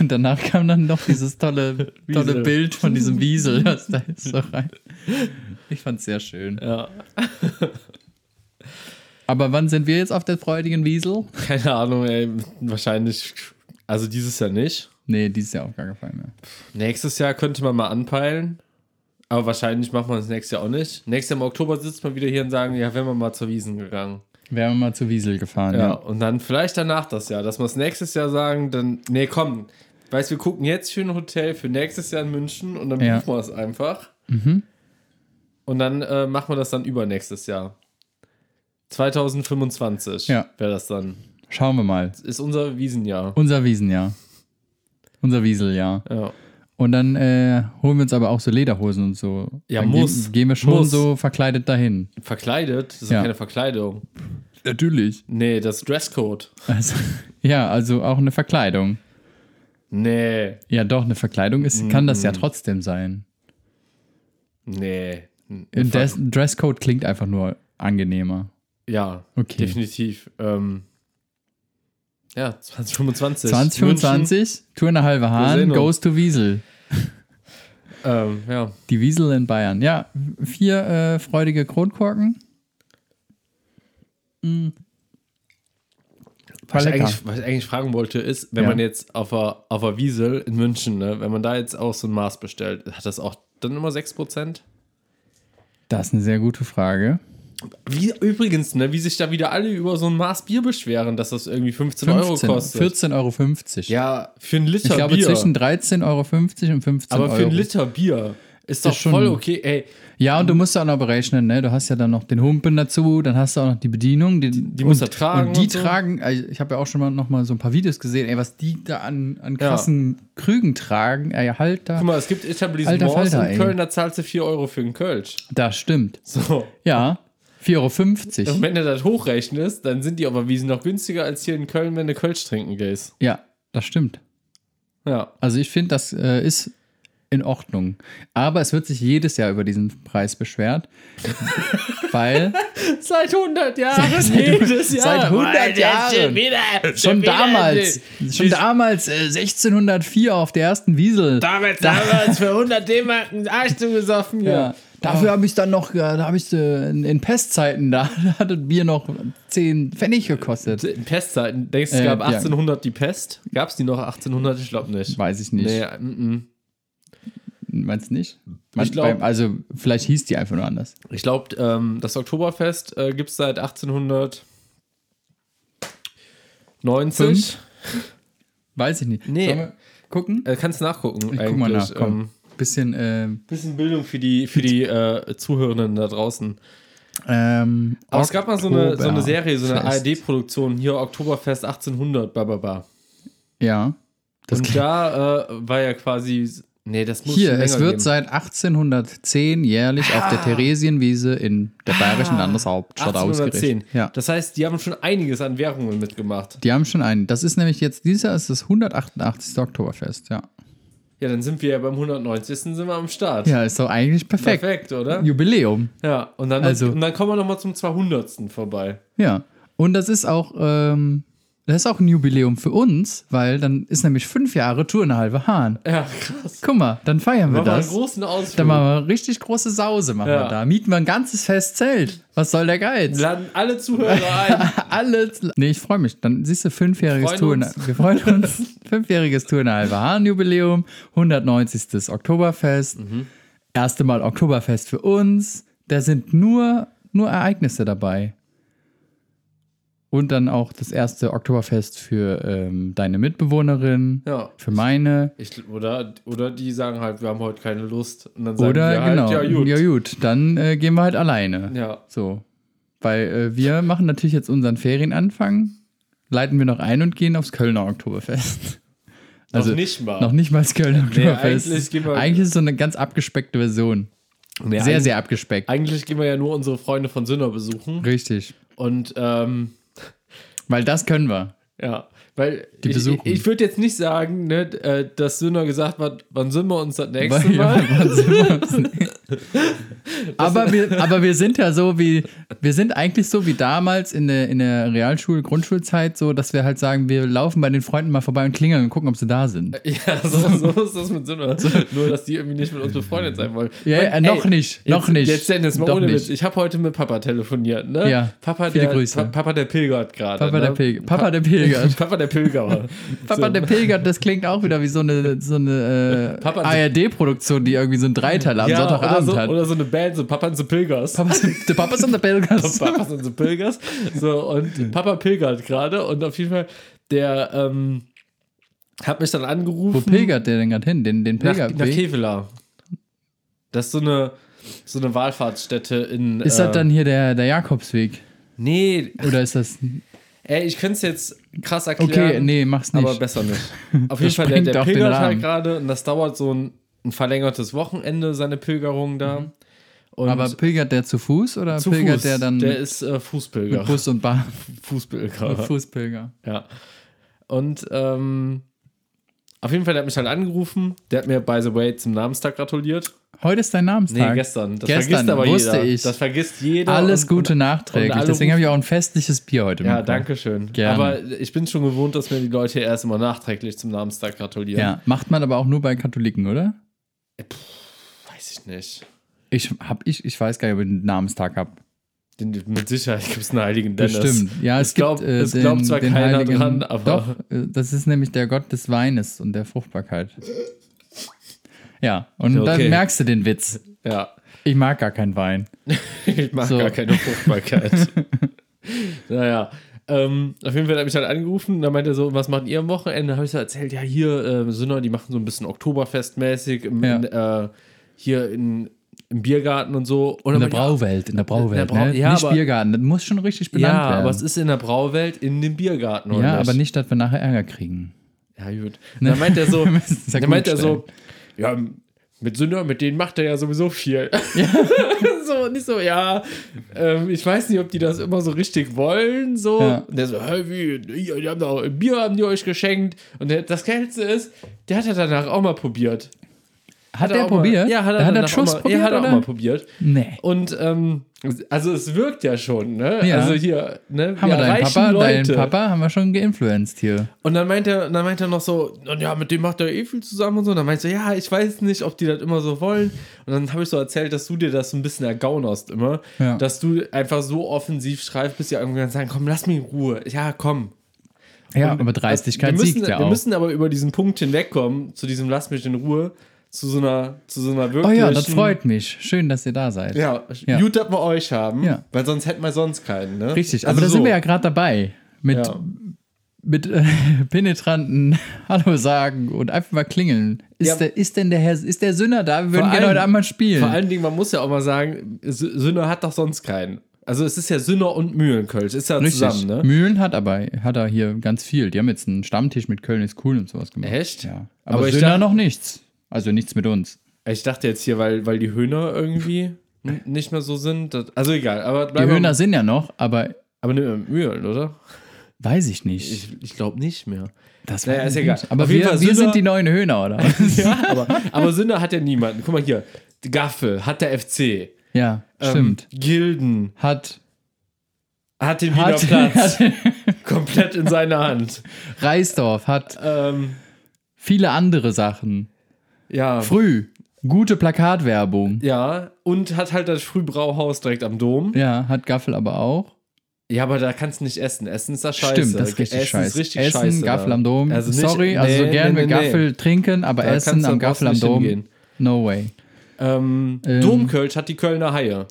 Und danach kam dann noch dieses tolle, tolle
Wiesel.
Bild von diesem Wiesel. Das da ist so rein. Ich fand's sehr schön.
Ja.
Aber wann sind wir jetzt auf der freudigen Wiesel?
Keine Ahnung, ey. Wahrscheinlich. Also dieses Jahr nicht.
Nee, die ist ja auch gar gefallen. Mehr.
Nächstes Jahr könnte man mal anpeilen. Aber wahrscheinlich machen wir es nächstes Jahr auch nicht. Nächstes Jahr im Oktober sitzt man wieder hier und sagen, ja, wären wir mal zur Wiesen gegangen.
Wären wir mal zur Wiesel gefahren,
Ja,
ja.
und dann vielleicht danach das Jahr, dass wir es nächstes Jahr sagen, dann, nee, komm, weißt wir gucken jetzt für ein Hotel für nächstes Jahr in München und dann
Ja. Mhm.
buchen wir es einfach. Und dann äh, machen wir das dann übernächstes Jahr. 2025
Ja.
wäre das dann.
Schauen wir mal.
Ist unser Wiesenjahr.
Unser Wiesenjahr. Unser Wieseljahr.
Ja.
Und dann äh, holen wir uns aber auch so Lederhosen und so.
Ja,
dann
muss.
Gehen, gehen wir schon
Muss.
so verkleidet dahin.
Verkleidet? Das ist
Ja.
keine Verkleidung.
Natürlich.
Nee, das ist Dresscode.
Also, ja, also auch eine Verkleidung.
Nee,
Ja, doch, eine Verkleidung ist, kann das ja
Mhm.
trotzdem sein.
nee.
Im Dress Dresscode klingt einfach nur angenehmer.
Ja,
Okay.
definitiv. Ähm, ja, 2025.
2025, Tour nach halbe Hahn,
sehen uns.
goes to Wiesel.
München, Ähm, ja.
Die Wiesel in Bayern. Ja, vier äh, freudige Kronkorken. Mm. War
Was ich,
lecker.
eigentlich, was ich eigentlich fragen wollte, ist, wenn
Ja.
man jetzt auf der, auf der Wiesel in München, ne, wenn man da jetzt auch so ein Maß bestellt, hat das auch dann immer 6%?
Das ist eine sehr gute Frage.
Wie, übrigens, ne, wie sich da wieder alle über so ein Maß Bier beschweren, dass das irgendwie 15, Euro
15,
kostet.
14,50 Euro.
Ja, für einen Liter
ich glaube
Bier.
zwischen 13,50 Euro und 15
aber
Euro.
für einen Liter Bier. Ist doch
Ist schon-
voll okay. Ey,
Ja, und du musst ja auch noch berechnen, ne? Du hast ja dann noch den Humpen dazu, dann hast du auch noch die Bedienung. Die, die
musst
und,
du tragen
Und die
und so.
tragen, also ich habe ja auch schon mal noch mal so ein paar Videos gesehen, ey, was die da an, an
Ja.
krassen Krügen tragen, ey, halt da.
guck mal, es gibt
Alter
Etablissements
Falter, ey.
in Köln, da zahlst du 4 Euro für einen Kölsch.
Das stimmt.
So.
Ja, 4,50
Und
Euro.
wenn du das hochrechnest, dann sind die auf der Wiesen noch günstiger als hier in Köln, wenn du Kölsch trinken gehst.
Ja, das stimmt.
Ja.
Also ich finde, das äh, ist in Ordnung. Aber es wird sich jedes Jahr über diesen Preis beschwert, weil
Seit 100 Jahren, jedes Jahr.
seit 100 Jahren. schon damals, schon damals äh, 1604 auf der ersten Wiesel.
Damals haben wir uns für 100 D-Mark einen Arsch zugesoffen.
Ja.
Ja.
Dafür habe ich dann noch, äh, da habe ich äh, in, in Pestzeiten, da, da hat das Bier noch 10 Pfennig gekostet.
In Pestzeiten, denkst du, es
Äh,
gab
ja.
1800 die Pest? Gab es die noch 1800? Ich glaube nicht.
Weiß ich nicht.
Nee, mm,
Meinst du nicht? Meinst,
glaub-
beim- also, vielleicht hieß die einfach nur anders.
mm. Ich glaube, ähm, das Oktoberfest äh, gibt es seit 1890.
Weiß ich nicht.
Nee.
Sollen wir gucken?
Äh, kannst nachgucken.
ich guck mal nach.
eigentlich,
Komm.
ähm,
Bisschen, ähm,
bisschen Bildung für die, für die äh, Zuhörenden da draußen.
ähm,
Aber es gab mal so eine, so eine Serie, so eine
Oktoberfest.
ARD-Produktion, hier Oktoberfest 1800, bababa.
Ja. Das
Und da äh, war ja quasi, nee, das muss
Hier,
schon länger
es wird
geben.
seit 1810 jährlich auf der Theresienwiese in der bayerischen Landeshauptstadt
1810.
ausgerichtet. Ja.
Das heißt, die haben schon einiges an Währungen mitgemacht.
Die haben schon einen. Das ist nämlich jetzt, dieses Jahr ist das 188. Oktoberfest, ja.
Ja, dann sind wir ja beim 190. sind wir am Start.
Ja, ist doch eigentlich perfekt.
Perfekt, oder?
Jubiläum.
Ja, und dann,
Also-
und dann kommen wir nochmal zum 200. vorbei.
Ja. Und das ist auch, ähm, das ist auch ein Jubiläum für uns, weil dann ist nämlich fünf Jahre Tour in der halbe Hahn.
Ja, krass.
Guck mal, dann feiern wir
Machen wir einen
das.
großen Ausflug.
Dann machen wir richtig große Sause, machen
Ja.
wir da. Mieten wir ein ganzes Festzelt. Was soll der Geiz?
Laden alle Zuhörer ein.
Alles. Nee, ich freue mich. Dann siehst du, fünfjähriges
Freuen
Tour. in-
uns.
Wir freuen uns. fünfjähriges Tour in der Halbe Hahn-Jubiläum, 190. Oktoberfest.
Mhm.
Erste Mal Oktoberfest für uns. Da sind nur, nur Ereignisse dabei. Und dann auch das erste Oktoberfest für ähm, deine Mitbewohnerin,
Ja.
für meine.
Ich, oder, oder die sagen halt, wir haben heute keine Lust. Und dann sagen
Oder
wir halt,
genau.
ja gut.
ja, gut. Dann äh, gehen wir halt alleine.
Ja.
So. Weil äh, wir machen natürlich jetzt unseren Ferienanfang, leiten wir noch ein und gehen aufs Kölner Oktoberfest. Also
noch nicht mal.
Noch nicht mal das Kölner Oktoberfest.
eigentlich gehen wir-
eigentlich ist es so eine ganz abgespeckte Version.
Nee,
sehr,
eigentlich-
sehr abgespeckt.
Eigentlich gehen wir ja nur unsere Freunde von Sünder besuchen.
Richtig.
Und ähm,
Weil das können wir.
ja, weil
Die
ich,
besuchen.
ich, ich würde jetzt nicht sagen, ne, äh, dass Sünder gesagt hat, wann sind wir uns das nächste
Weil-
Mal?
wann sind wir uns- aber, wir, aber wir sind ja so wie, wir sind eigentlich so wie damals in der, in der Realschul-, Grundschulzeit so, dass wir halt sagen, wir laufen bei den Freunden mal vorbei und klingeln und gucken, ob sie da sind.
Ja, so, so ist das mit Sünder. Nur, dass die irgendwie nicht mit uns befreundet sein wollen.
Ja,
Und,
ja, noch nicht,
jetzt,
noch nicht.
Jetzt Dennis, mal
Doch
ohne
nicht.
Witz. Ich habe heute mit Papa telefoniert, ne?
Ja,
Papa
viele
der,
Grüße.
Pa Papa der Pilgert gerade.
Papa
ne?
der Pilger. Papa der Pilger.
Papa der Pilgerer.
Papa der Pilger, das klingt auch wieder wie so eine, so eine äh,
Papa-
ARD-Produktion, die irgendwie so einen Dreiteiler am
oder
Sonntagabend
so,
hat.
oder so eine Band, so Papa und the Pilgers.
Papa, der Papa ist der Pilger.
Papa sind so Pilgers. So, und Papa pilgert gerade und auf jeden Fall, der ähm, hat mich dann
Wo
angerufen.
pilgert der denn gerade hin? Den, den
Nach,
Pilger.
nach Kevela. Das ist so eine, so eine Wallfahrtsstätte in. äh,
ist das dann hier der, der Jakobsweg?
Nee,
Oder ist das.
ey, ich könnte es jetzt krass erklären.
Okay, nee, mach's nicht.
Aber besser nicht. Auf jeden Fall, der,
sprengt
der
auch den
pilgert halt
Rahmen.
gerade und das dauert so ein, ein verlängertes Wochenende, seine Pilgerung da. Und
Mhm. Aber pilgert der zu Fuß oder
zu
pilgert
Fuß.
der dann
Der
mit
ist äh, Fußpilger.
Bus und Bahn?
Fußpilger.
Fußpilger.
Ja. Und ähm, auf jeden Fall, der hat mich halt angerufen. Der hat mir, by the way, zum Namenstag gratuliert.
Heute ist dein
Nee,
Namenstag.
gestern. Das
Gestern,
vergisst aber
wusste
jeder.
ich.
Das vergisst jeder.
Alles
und-
Gute
und-
nachträglich.
alle
Deswegen habe ich auch ein festliches Bier heute
Ja,
mitgebracht.
danke schön.
Gerne.
Aber ich bin schon gewohnt, dass mir die Leute erst immer nachträglich zum Namenstag gratulieren.
Ja, macht man aber auch nur bei Katholiken, oder?
Weiß ich nicht.
Ich hab, ich, ich weiß gar nicht, ob ich einen Namenstag habe.
Den, mit Sicherheit gibt es einen heiligen Dennis.
Bestimmt. Ja,
Es
es,
glaub-
gibt, äh,
es glaubt zwar keiner dran, aber-
Doch, äh, das ist nämlich der Gott des Weines und der Fruchtbarkeit. Ja, und
Okay.
dann merkst du den Witz.
Ja.
Ich mag gar keinen Wein.
Ich mag
So.
gar keine Fruchtbarkeit. naja. Ähm, auf jeden Fall hat er mich halt angerufen und dann meinte er so, was macht ihr am ähm, Wochenende? Da habe ich so erzählt, ja, hier, äh, Sünder, die machen so ein bisschen Oktoberfestmäßig im,
Ja.
in, äh, hier in, im Biergarten und so. Und dann
In der
meinte ich,
Brauwelt, in der Brauwelt,
Brau-
ne?
ja,
nicht
aber-
Biergarten, das muss schon richtig benannt
ja,
werden.
aber es ist in der Brauwelt in dem Biergarten, oder?
ja, aber nicht, dass wir nachher Ärger kriegen.
Ja, gut. Und Dann meint er so,
Ne? Wir müssen es ja
dann meint er
gut
so, ja, mit Sünder, mit denen macht er ja sowieso viel. so, nicht so, ja, ähm, ich weiß nicht, ob die das immer so richtig wollen, so.
Ja.
Und der so, hä, wie, die, die haben doch, Bier haben die euch geschenkt. Und der, das Geilste ist, der hat ja danach auch mal probiert.
Hat,
er
er
auch mal-
probiert?
Ja, hat er,
hat
danach
er Schuss
auch mal,
probiert,
Ja, hat er
oder?
auch mal probiert.
Nee.
Und ähm, also es wirkt ja schon, ne?
Ja.
Also hier, ne?
Haben wir deinen
erreichen
Papa, deinen Papa haben wir schon geinfluenced hier.
Und dann meint er, dann meint er noch so, "Und ja, mit dem macht er eh viel zusammen und so. Und dann meint er, ja, ich weiß nicht, ob die das immer so wollen. Und dann habe ich so erzählt, dass du dir das so ein bisschen ergaunerst immer,
Ja.
dass du einfach so offensiv schreibst, bis die irgendwann sagen, komm, lass mich in Ruhe. Ja, komm.
Ja,
Und
aber
wir
Dreistigkeit
müssen,
siegt ja
Wir
auch.
müssen aber über diesen Punkt hinwegkommen, zu diesem lass mich in Ruhe, zu so einer, zu so einer
Oh
wirklichen...
ja, das freut mich. Schön, dass ihr da seid.
Ja,
Ja.
gut, dass wir euch haben,
Ja.
weil sonst hätten wir sonst keinen, ne?
Richtig,
Also
aber da
so.
sind wir ja gerade dabei. Mit,
Ja.
mit äh, penetranten Hallo sagen und einfach mal klingeln. Ist,
Ja.
der, ist denn der Herr, ist der Sünder da? Wir würden
Vor
gerne
allem-
heute Abend mal spielen.
Vor allen Dingen, man muss ja auch mal sagen, S- Sünner hat doch sonst keinen. Also es ist ja Sünner und Mühlenkölsch, ist ja
Richtig.
zusammen, ne?
Mühlen hat aber hat er hier ganz viel. Die haben jetzt einen Stammtisch mit Köln ist cool und sowas gemacht.
Echt?
Ja. Aber,
Aber ich
Sünder
dachte-
noch nichts. Also nichts mit uns.
Ich dachte jetzt hier, weil, weil die Höhner irgendwie n- nicht mehr so sind. Das, also egal, aber
Die
bleiben wir-
Höhner sind ja noch, aber
aber nicht mehr Mühlen, oder?
weiß ich nicht.
Ich, ich glaube nicht mehr.
das
naja,
weiß
ist
ich
egal.
nicht. Aber
Auf jeden
wir,
Fall
wir
Sünder-
sind die neuen Höhner, oder?
ja, aber, aber Sünner hat ja niemanden. Guck mal hier, Gaffel hat der FC.
ja,
Ähm,
stimmt.
Gilden
Hat,
hat den Wiener
hat,
Platz
hat
komplett in seiner Hand.
Reisdorf, hat
Ähm,
viele andere Sachen.
ja.
Früh, gute Plakatwerbung.
ja, und hat halt das Frühbrauhaus direkt am Dom.
Ja, hat Gaffel aber auch.
Ja, aber da kannst du nicht essen. Essen ist da scheiße.
Stimmt, das ist richtig
Essen
scheiße.
Ist richtig
essen,
scheiße
Gaffel
da.
am Dom.
Also nicht-
Sorry, also
nee,
gerne
nee, nee,
Gaffel trinken, aber
Da
Essen
kannst du-
am
brauchst
Gaffel am
nicht
Dom.
hingehen.
No way.
Ähm,
Ähm.
Domkölsch hat die Kölner Haie.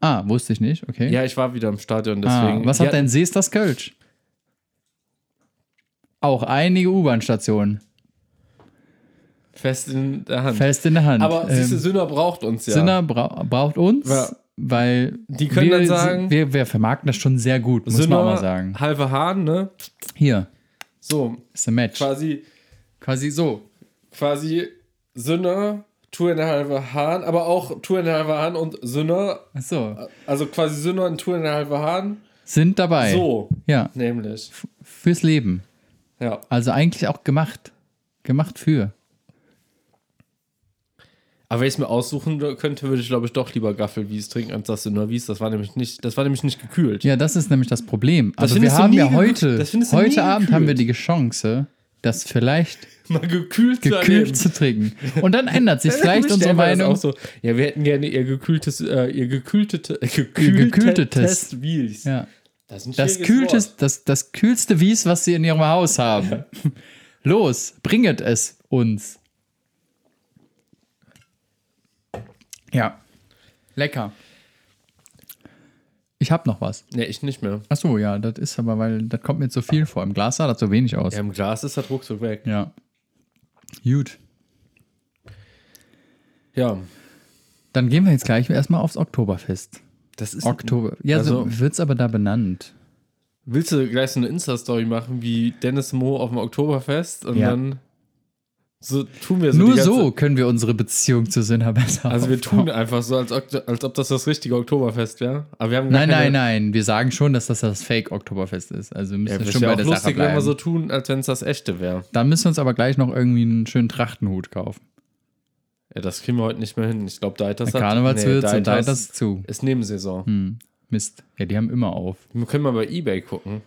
Ah, wusste ich nicht, okay.
Ja, ich war wieder im Stadion,
ah,
deswegen.
was hat
ja,
denn Sees das Kölsch? Auch einige U-Bahn-Stationen.
Fest in der Hand.
Fest in der Hand.
aber
Ähm,
siehst du, Sünder braucht uns ja.
Sinner brau braucht uns,
Ja.
weil
Die können
wir,
dann sagen-
wir, wir vermarkten das schon sehr gut, muss man auch mal sagen.
halbe Hahn, ne?
Hier,
So,
ist ein Match.
quasi,
Quasi so.
quasi Sünder, halbe Hahn, aber auch halbe Hahn und Sünder,
Achso,
also quasi Sünder und halbe Hahn.
sind dabei.
So,
Ja,
nämlich.
fürs Leben.
Ja.
Also eigentlich auch gemacht. Gemacht für.
Aber wenn ich es mir aussuchen könnte, würde ich glaube ich doch lieber Gaffelwies trinken als das Dönerwies. Das war nämlich nicht, das war nämlich nicht gekühlt.
Ja, das ist nämlich das Problem. Also wir
findest du
haben
nie
ja
ge-
heute,
das findest du nie
heute Abend
gekühlt.
haben wir die Chance, das vielleicht
Mal gekühlt,
gekühlt zu trinken. Und dann ändert sich vielleicht unsere Meinung.
So. Ja, wir hätten gerne ihr gekühltes, äh, ihr gekühltete, äh,
gekühltetes.
gekühltes Wies.
Ja.
Das, ist ein
Das,
schwieriges
kühltes,
Wort.
das, das kühlste Wies, was sie in ihrem Haus haben. Los, bringet es uns. Ja. Lecker. Ich hab noch was.
Nee, ich nicht mehr.
Ach so, ja, das ist aber, weil das kommt mir zu viel vor. Im Glas sah das so wenig aus.
Ja, im Glas ist der Druck so weg.
Ja. Gut.
Ja,
Dann gehen wir jetzt gleich erstmal aufs Oktoberfest.
das ist.
Oktober. Ja, so
Also-
wird's aber da benannt.
Willst du gleich so eine Insta-Story machen wie Dennis Mo auf dem Oktoberfest und
Ja.
dann so tun wir so Also die
Nur
ganze-
so können wir unsere Beziehung zu Sinner besser
Also wir
aufbauen.
tun einfach so, als, Okt- als ob das das richtige Oktoberfest wäre. Aber wir haben gar
Nein,
keine,
nein, nein. Wir sagen schon, dass das das Fake-Oktoberfest ist. Also wir
Ja,
müssen
das
schon
wäre
bei
auch
der Sache
lustig, wenn
bleiben.
wir so tun, als wenn es das echte wäre.
Dann müssen wir uns aber gleich noch irgendwie einen schönen Trachtenhut kaufen.
Ja, das kriegen wir heute nicht mehr hin. Ich glaube, Deitas
Der Karnevalswitz
nee,
und da das Hm. zu.
ist Nebensaison.
Mist. Ja, die haben immer auf.
Wir können mal bei Ebay gucken.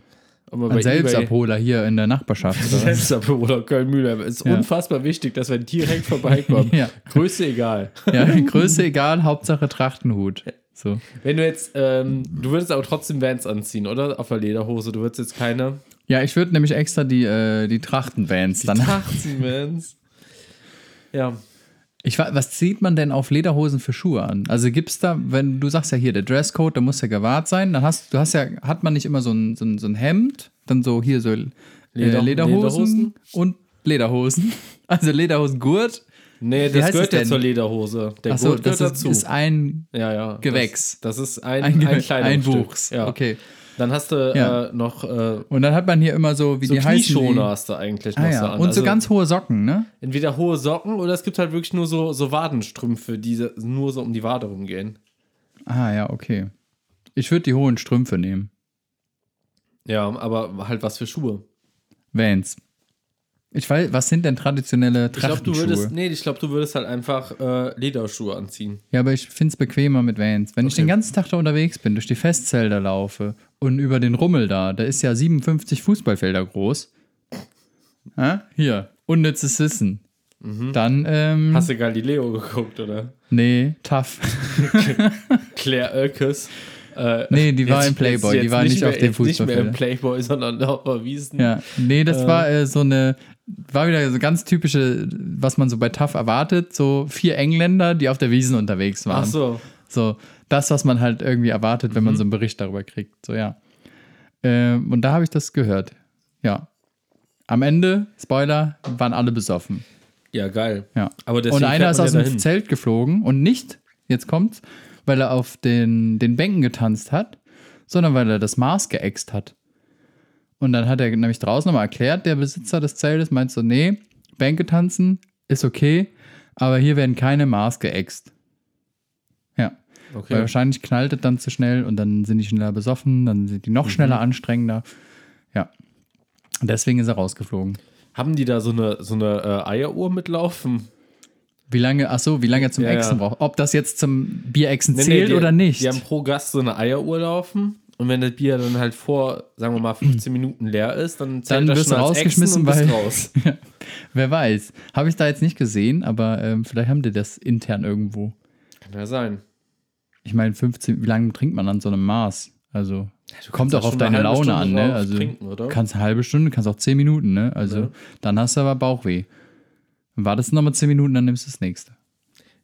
Ob wir bei
Ein
Ebay
Selbstabholer hier in der Nachbarschaft. oder?
Selbstabhol oder Köln-Mühlheim. Es ist
Ja.
unfassbar wichtig, dass wir direkt vorbeikommen.
Ja.
Größe egal.
ja, Größe egal, Hauptsache Trachtenhut. So.
Wenn du jetzt, ähm, du würdest aber trotzdem Vans anziehen, oder? Auf der Lederhose. Du würdest jetzt keine
Ja, ich würde nämlich extra die, äh, die Trachtenvans dann.
Trachten-Vans. Ja.
Ich weiß, was zieht man denn auf Lederhosen für Schuhe an? Also gibt's da, wenn du sagst ja hier, der Dresscode, da muss ja gewahrt sein, dann hast du hast ja, hat man nicht immer so ein, so ein, so ein Hemd, dann so hier so Leder, äh, Lederhosen
Lederhosen?
und Lederhosen. Also Lederhosengurt
Nee,
heißt
das
es
gehört ja
denn?
zur Lederhose. Der
Achso,
Gurt
das
gehört
ist,
dazu.
ist ein.
ja, ja.
Gewächs.
Das, das ist ein,
Ein
ein,
Gewä-
Kleidungsstück.
ein Wuchs.
Ja.
Okay.
Dann hast du
Ja.
äh, noch äh,
Und dann hat man hier immer so, wie
so
die heißen. Die,
Knieschoner
ah,
hast du eigentlich noch so
ja.
an.
Und
Also
so ganz hohe Socken, ne?
entweder hohe Socken oder es gibt halt wirklich nur so, so Wadenstrümpfe, die so- nur so um die Wade rumgehen.
Ah ja, okay. Ich würde die hohen Strümpfe nehmen.
Ja, aber halt was für Schuhe.
Vans. Ich weiß, was sind denn traditionelle
Ich glaube, du
Trachtenschuhe?
würdest, nee, ich glaube, du würdest halt einfach äh, Lederschuhe anziehen.
Ja, aber ich finde es bequemer mit Vans. Wenn ich den ganzen Tag da unterwegs bin, durch die Festzelter laufe und über den Rummel da, der ist ja 57 Fußballfelder groß. Hä? Hier, unnützes Wissen.
Mhm.
Dann, ähm,
Hast du Galileo geguckt, oder?
nee, tough.
Claire Oelkes. Äh,
Nee, die war im Playboy, die
jetzt
war nicht
mehr,
auf dem
jetzt Nicht mehr im
Fußballfeld.
Playboy, sondern auf der Wiesen.
ja, nee, das war äh, so eine, war wieder so ganz typische, was man so bei tough erwartet, so vier Engländer, die auf der Wiesen unterwegs waren.
Ach so.
So, das, was man halt irgendwie erwartet, wenn
Mhm.
man so einen Bericht darüber kriegt. So, ja. Ähm, und da habe ich das gehört. Ja. Am Ende, Spoiler, waren alle besoffen.
Ja, geil.
Ja.
Aber deswegen
und einer
fährt
ist
man
aus
ja
dem
dahin.
Zelt geflogen und nicht, jetzt kommt's, weil er auf den, den Bänken getanzt hat, sondern weil er das Maß geäxt hat. Und dann hat er nämlich draußen nochmal erklärt, der Besitzer des Zeltes meint so, nee, Bänke tanzen ist okay, aber hier werden keine Maß geäxt. Ja. Weil
Okay.
wahrscheinlich knallt es dann zu schnell und dann sind die schneller besoffen, dann sind die
Mhm.
noch schneller anstrengender. Ja. Und deswegen ist er rausgeflogen.
Haben die da so eine, so eine äh, Eieruhr mitlaufen?
Wie lange, ach so, wie lange er zum
Ja,
Echsen
ja.
braucht. Ob das jetzt zum Bierechsen
Nee, nee,
zählt
die,
oder nicht.
Die haben pro Gast so eine Eieruhr laufen. Und wenn das Bier dann halt vor, sagen wir mal, 15 Minuten leer ist, dann zählt
Dann
das
wirst
schon
du
als Echsen
rausgeschmissen,
und bist
weil-
raus.
Wer weiß. Habe ich da jetzt nicht gesehen, aber ähm, vielleicht haben die das intern irgendwo.
Kann ja sein.
Ich meine, 15, wie lange trinkt man an so einem Maß? Also, kommt
da
auch auf
schon eine
deine
halbe
Laune
Stunde
an, ne?
drauf
Also,
trinken, oder?
kannst eine halbe Stunde, kannst auch zehn Minuten, ne? Also,
Ja.
dann hast du aber Bauchweh. Wartest nochmal zehn Minuten, dann nimmst du das nächste.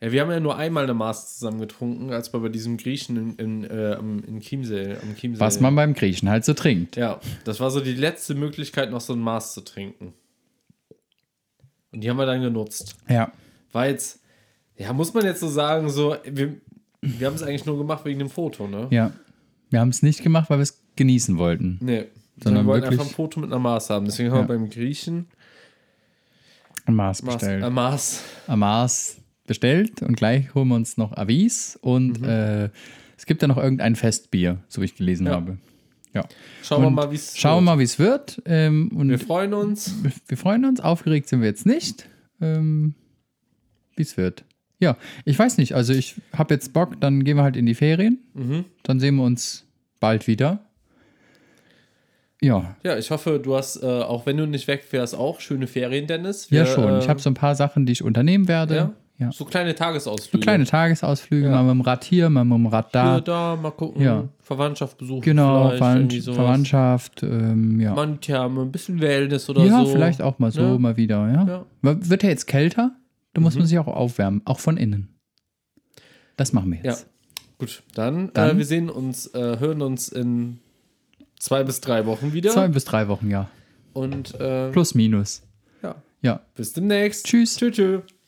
Ja, wir haben ja nur einmal eine Maß zusammen getrunken, als wir bei diesem Griechen in, in, äh, am- in Chiemsee, am Chiemsee.
Was man beim Griechen halt so trinkt.
Ja, das war so die letzte Möglichkeit, noch so ein Maß zu trinken. Und die haben wir dann genutzt.
Ja.
War jetzt, ja, muss man jetzt so sagen, so, wir, wir haben es eigentlich nur gemacht wegen dem Foto, ne?
Ja. Wir haben es nicht gemacht, weil wir es genießen wollten.
Nee.
Sondern
wir wollten
wirklich-
einfach ein Foto mit einer Maß haben. Deswegen haben wir beim Griechen
Am Mars
Maß,
bestellt.
äh, Maß.
Am Mars bestellt und gleich holen wir uns noch Avis und äh, es gibt da noch irgendein Festbier, so wie ich gelesen
Ja.
habe. Ja.
Schauen wir
Und
mal, wie es
Schauen wir mal, wie es wird. Ähm, und
Wir freuen uns.
wir, wir freuen uns. Aufgeregt sind wir jetzt nicht, ähm, wie es wird. Ja, ich weiß nicht. Also ich habe jetzt Bock, dann gehen wir halt in die Ferien. Dann sehen wir uns bald wieder. Ja,
Ja, ich hoffe, du hast, äh, auch wenn du nicht wegfährst, auch schöne Ferien, Dennis. Wir,
ja schon.
äh,
Ich habe so ein paar Sachen, die ich unternehmen werde.
Ja?
Ja.
So kleine Tagesausflüge.
Kleine Tagesausflüge, mal mit dem Rad hier, mal mit dem Rad da.
Hier, da, mal gucken.
Ja.
Verwandtschaft besuchen.
Genau,
vielleicht, irgendwie
Verwand
sowas.
Verwandtschaft, ähm, ja.
Mal in die Therme, ein bisschen Wellness oder
ja,
so.
vielleicht auch mal so,
Ja.
mal wieder, ja.
Ja. Mhm.
W- Wird ja jetzt kälter, da muss man sich auch aufwärmen, auch von innen. Das machen wir
Ja.
jetzt.
Gut, dann,
Dann-
Äh, wir sehen uns, äh, hören uns in zwei bis drei Wochen wieder.
Zwei bis drei Wochen, ja.
Und äh,
Plus, minus.
ja,
Ja.
bis demnächst.
Tschüss.
Tschüss. Tschüss.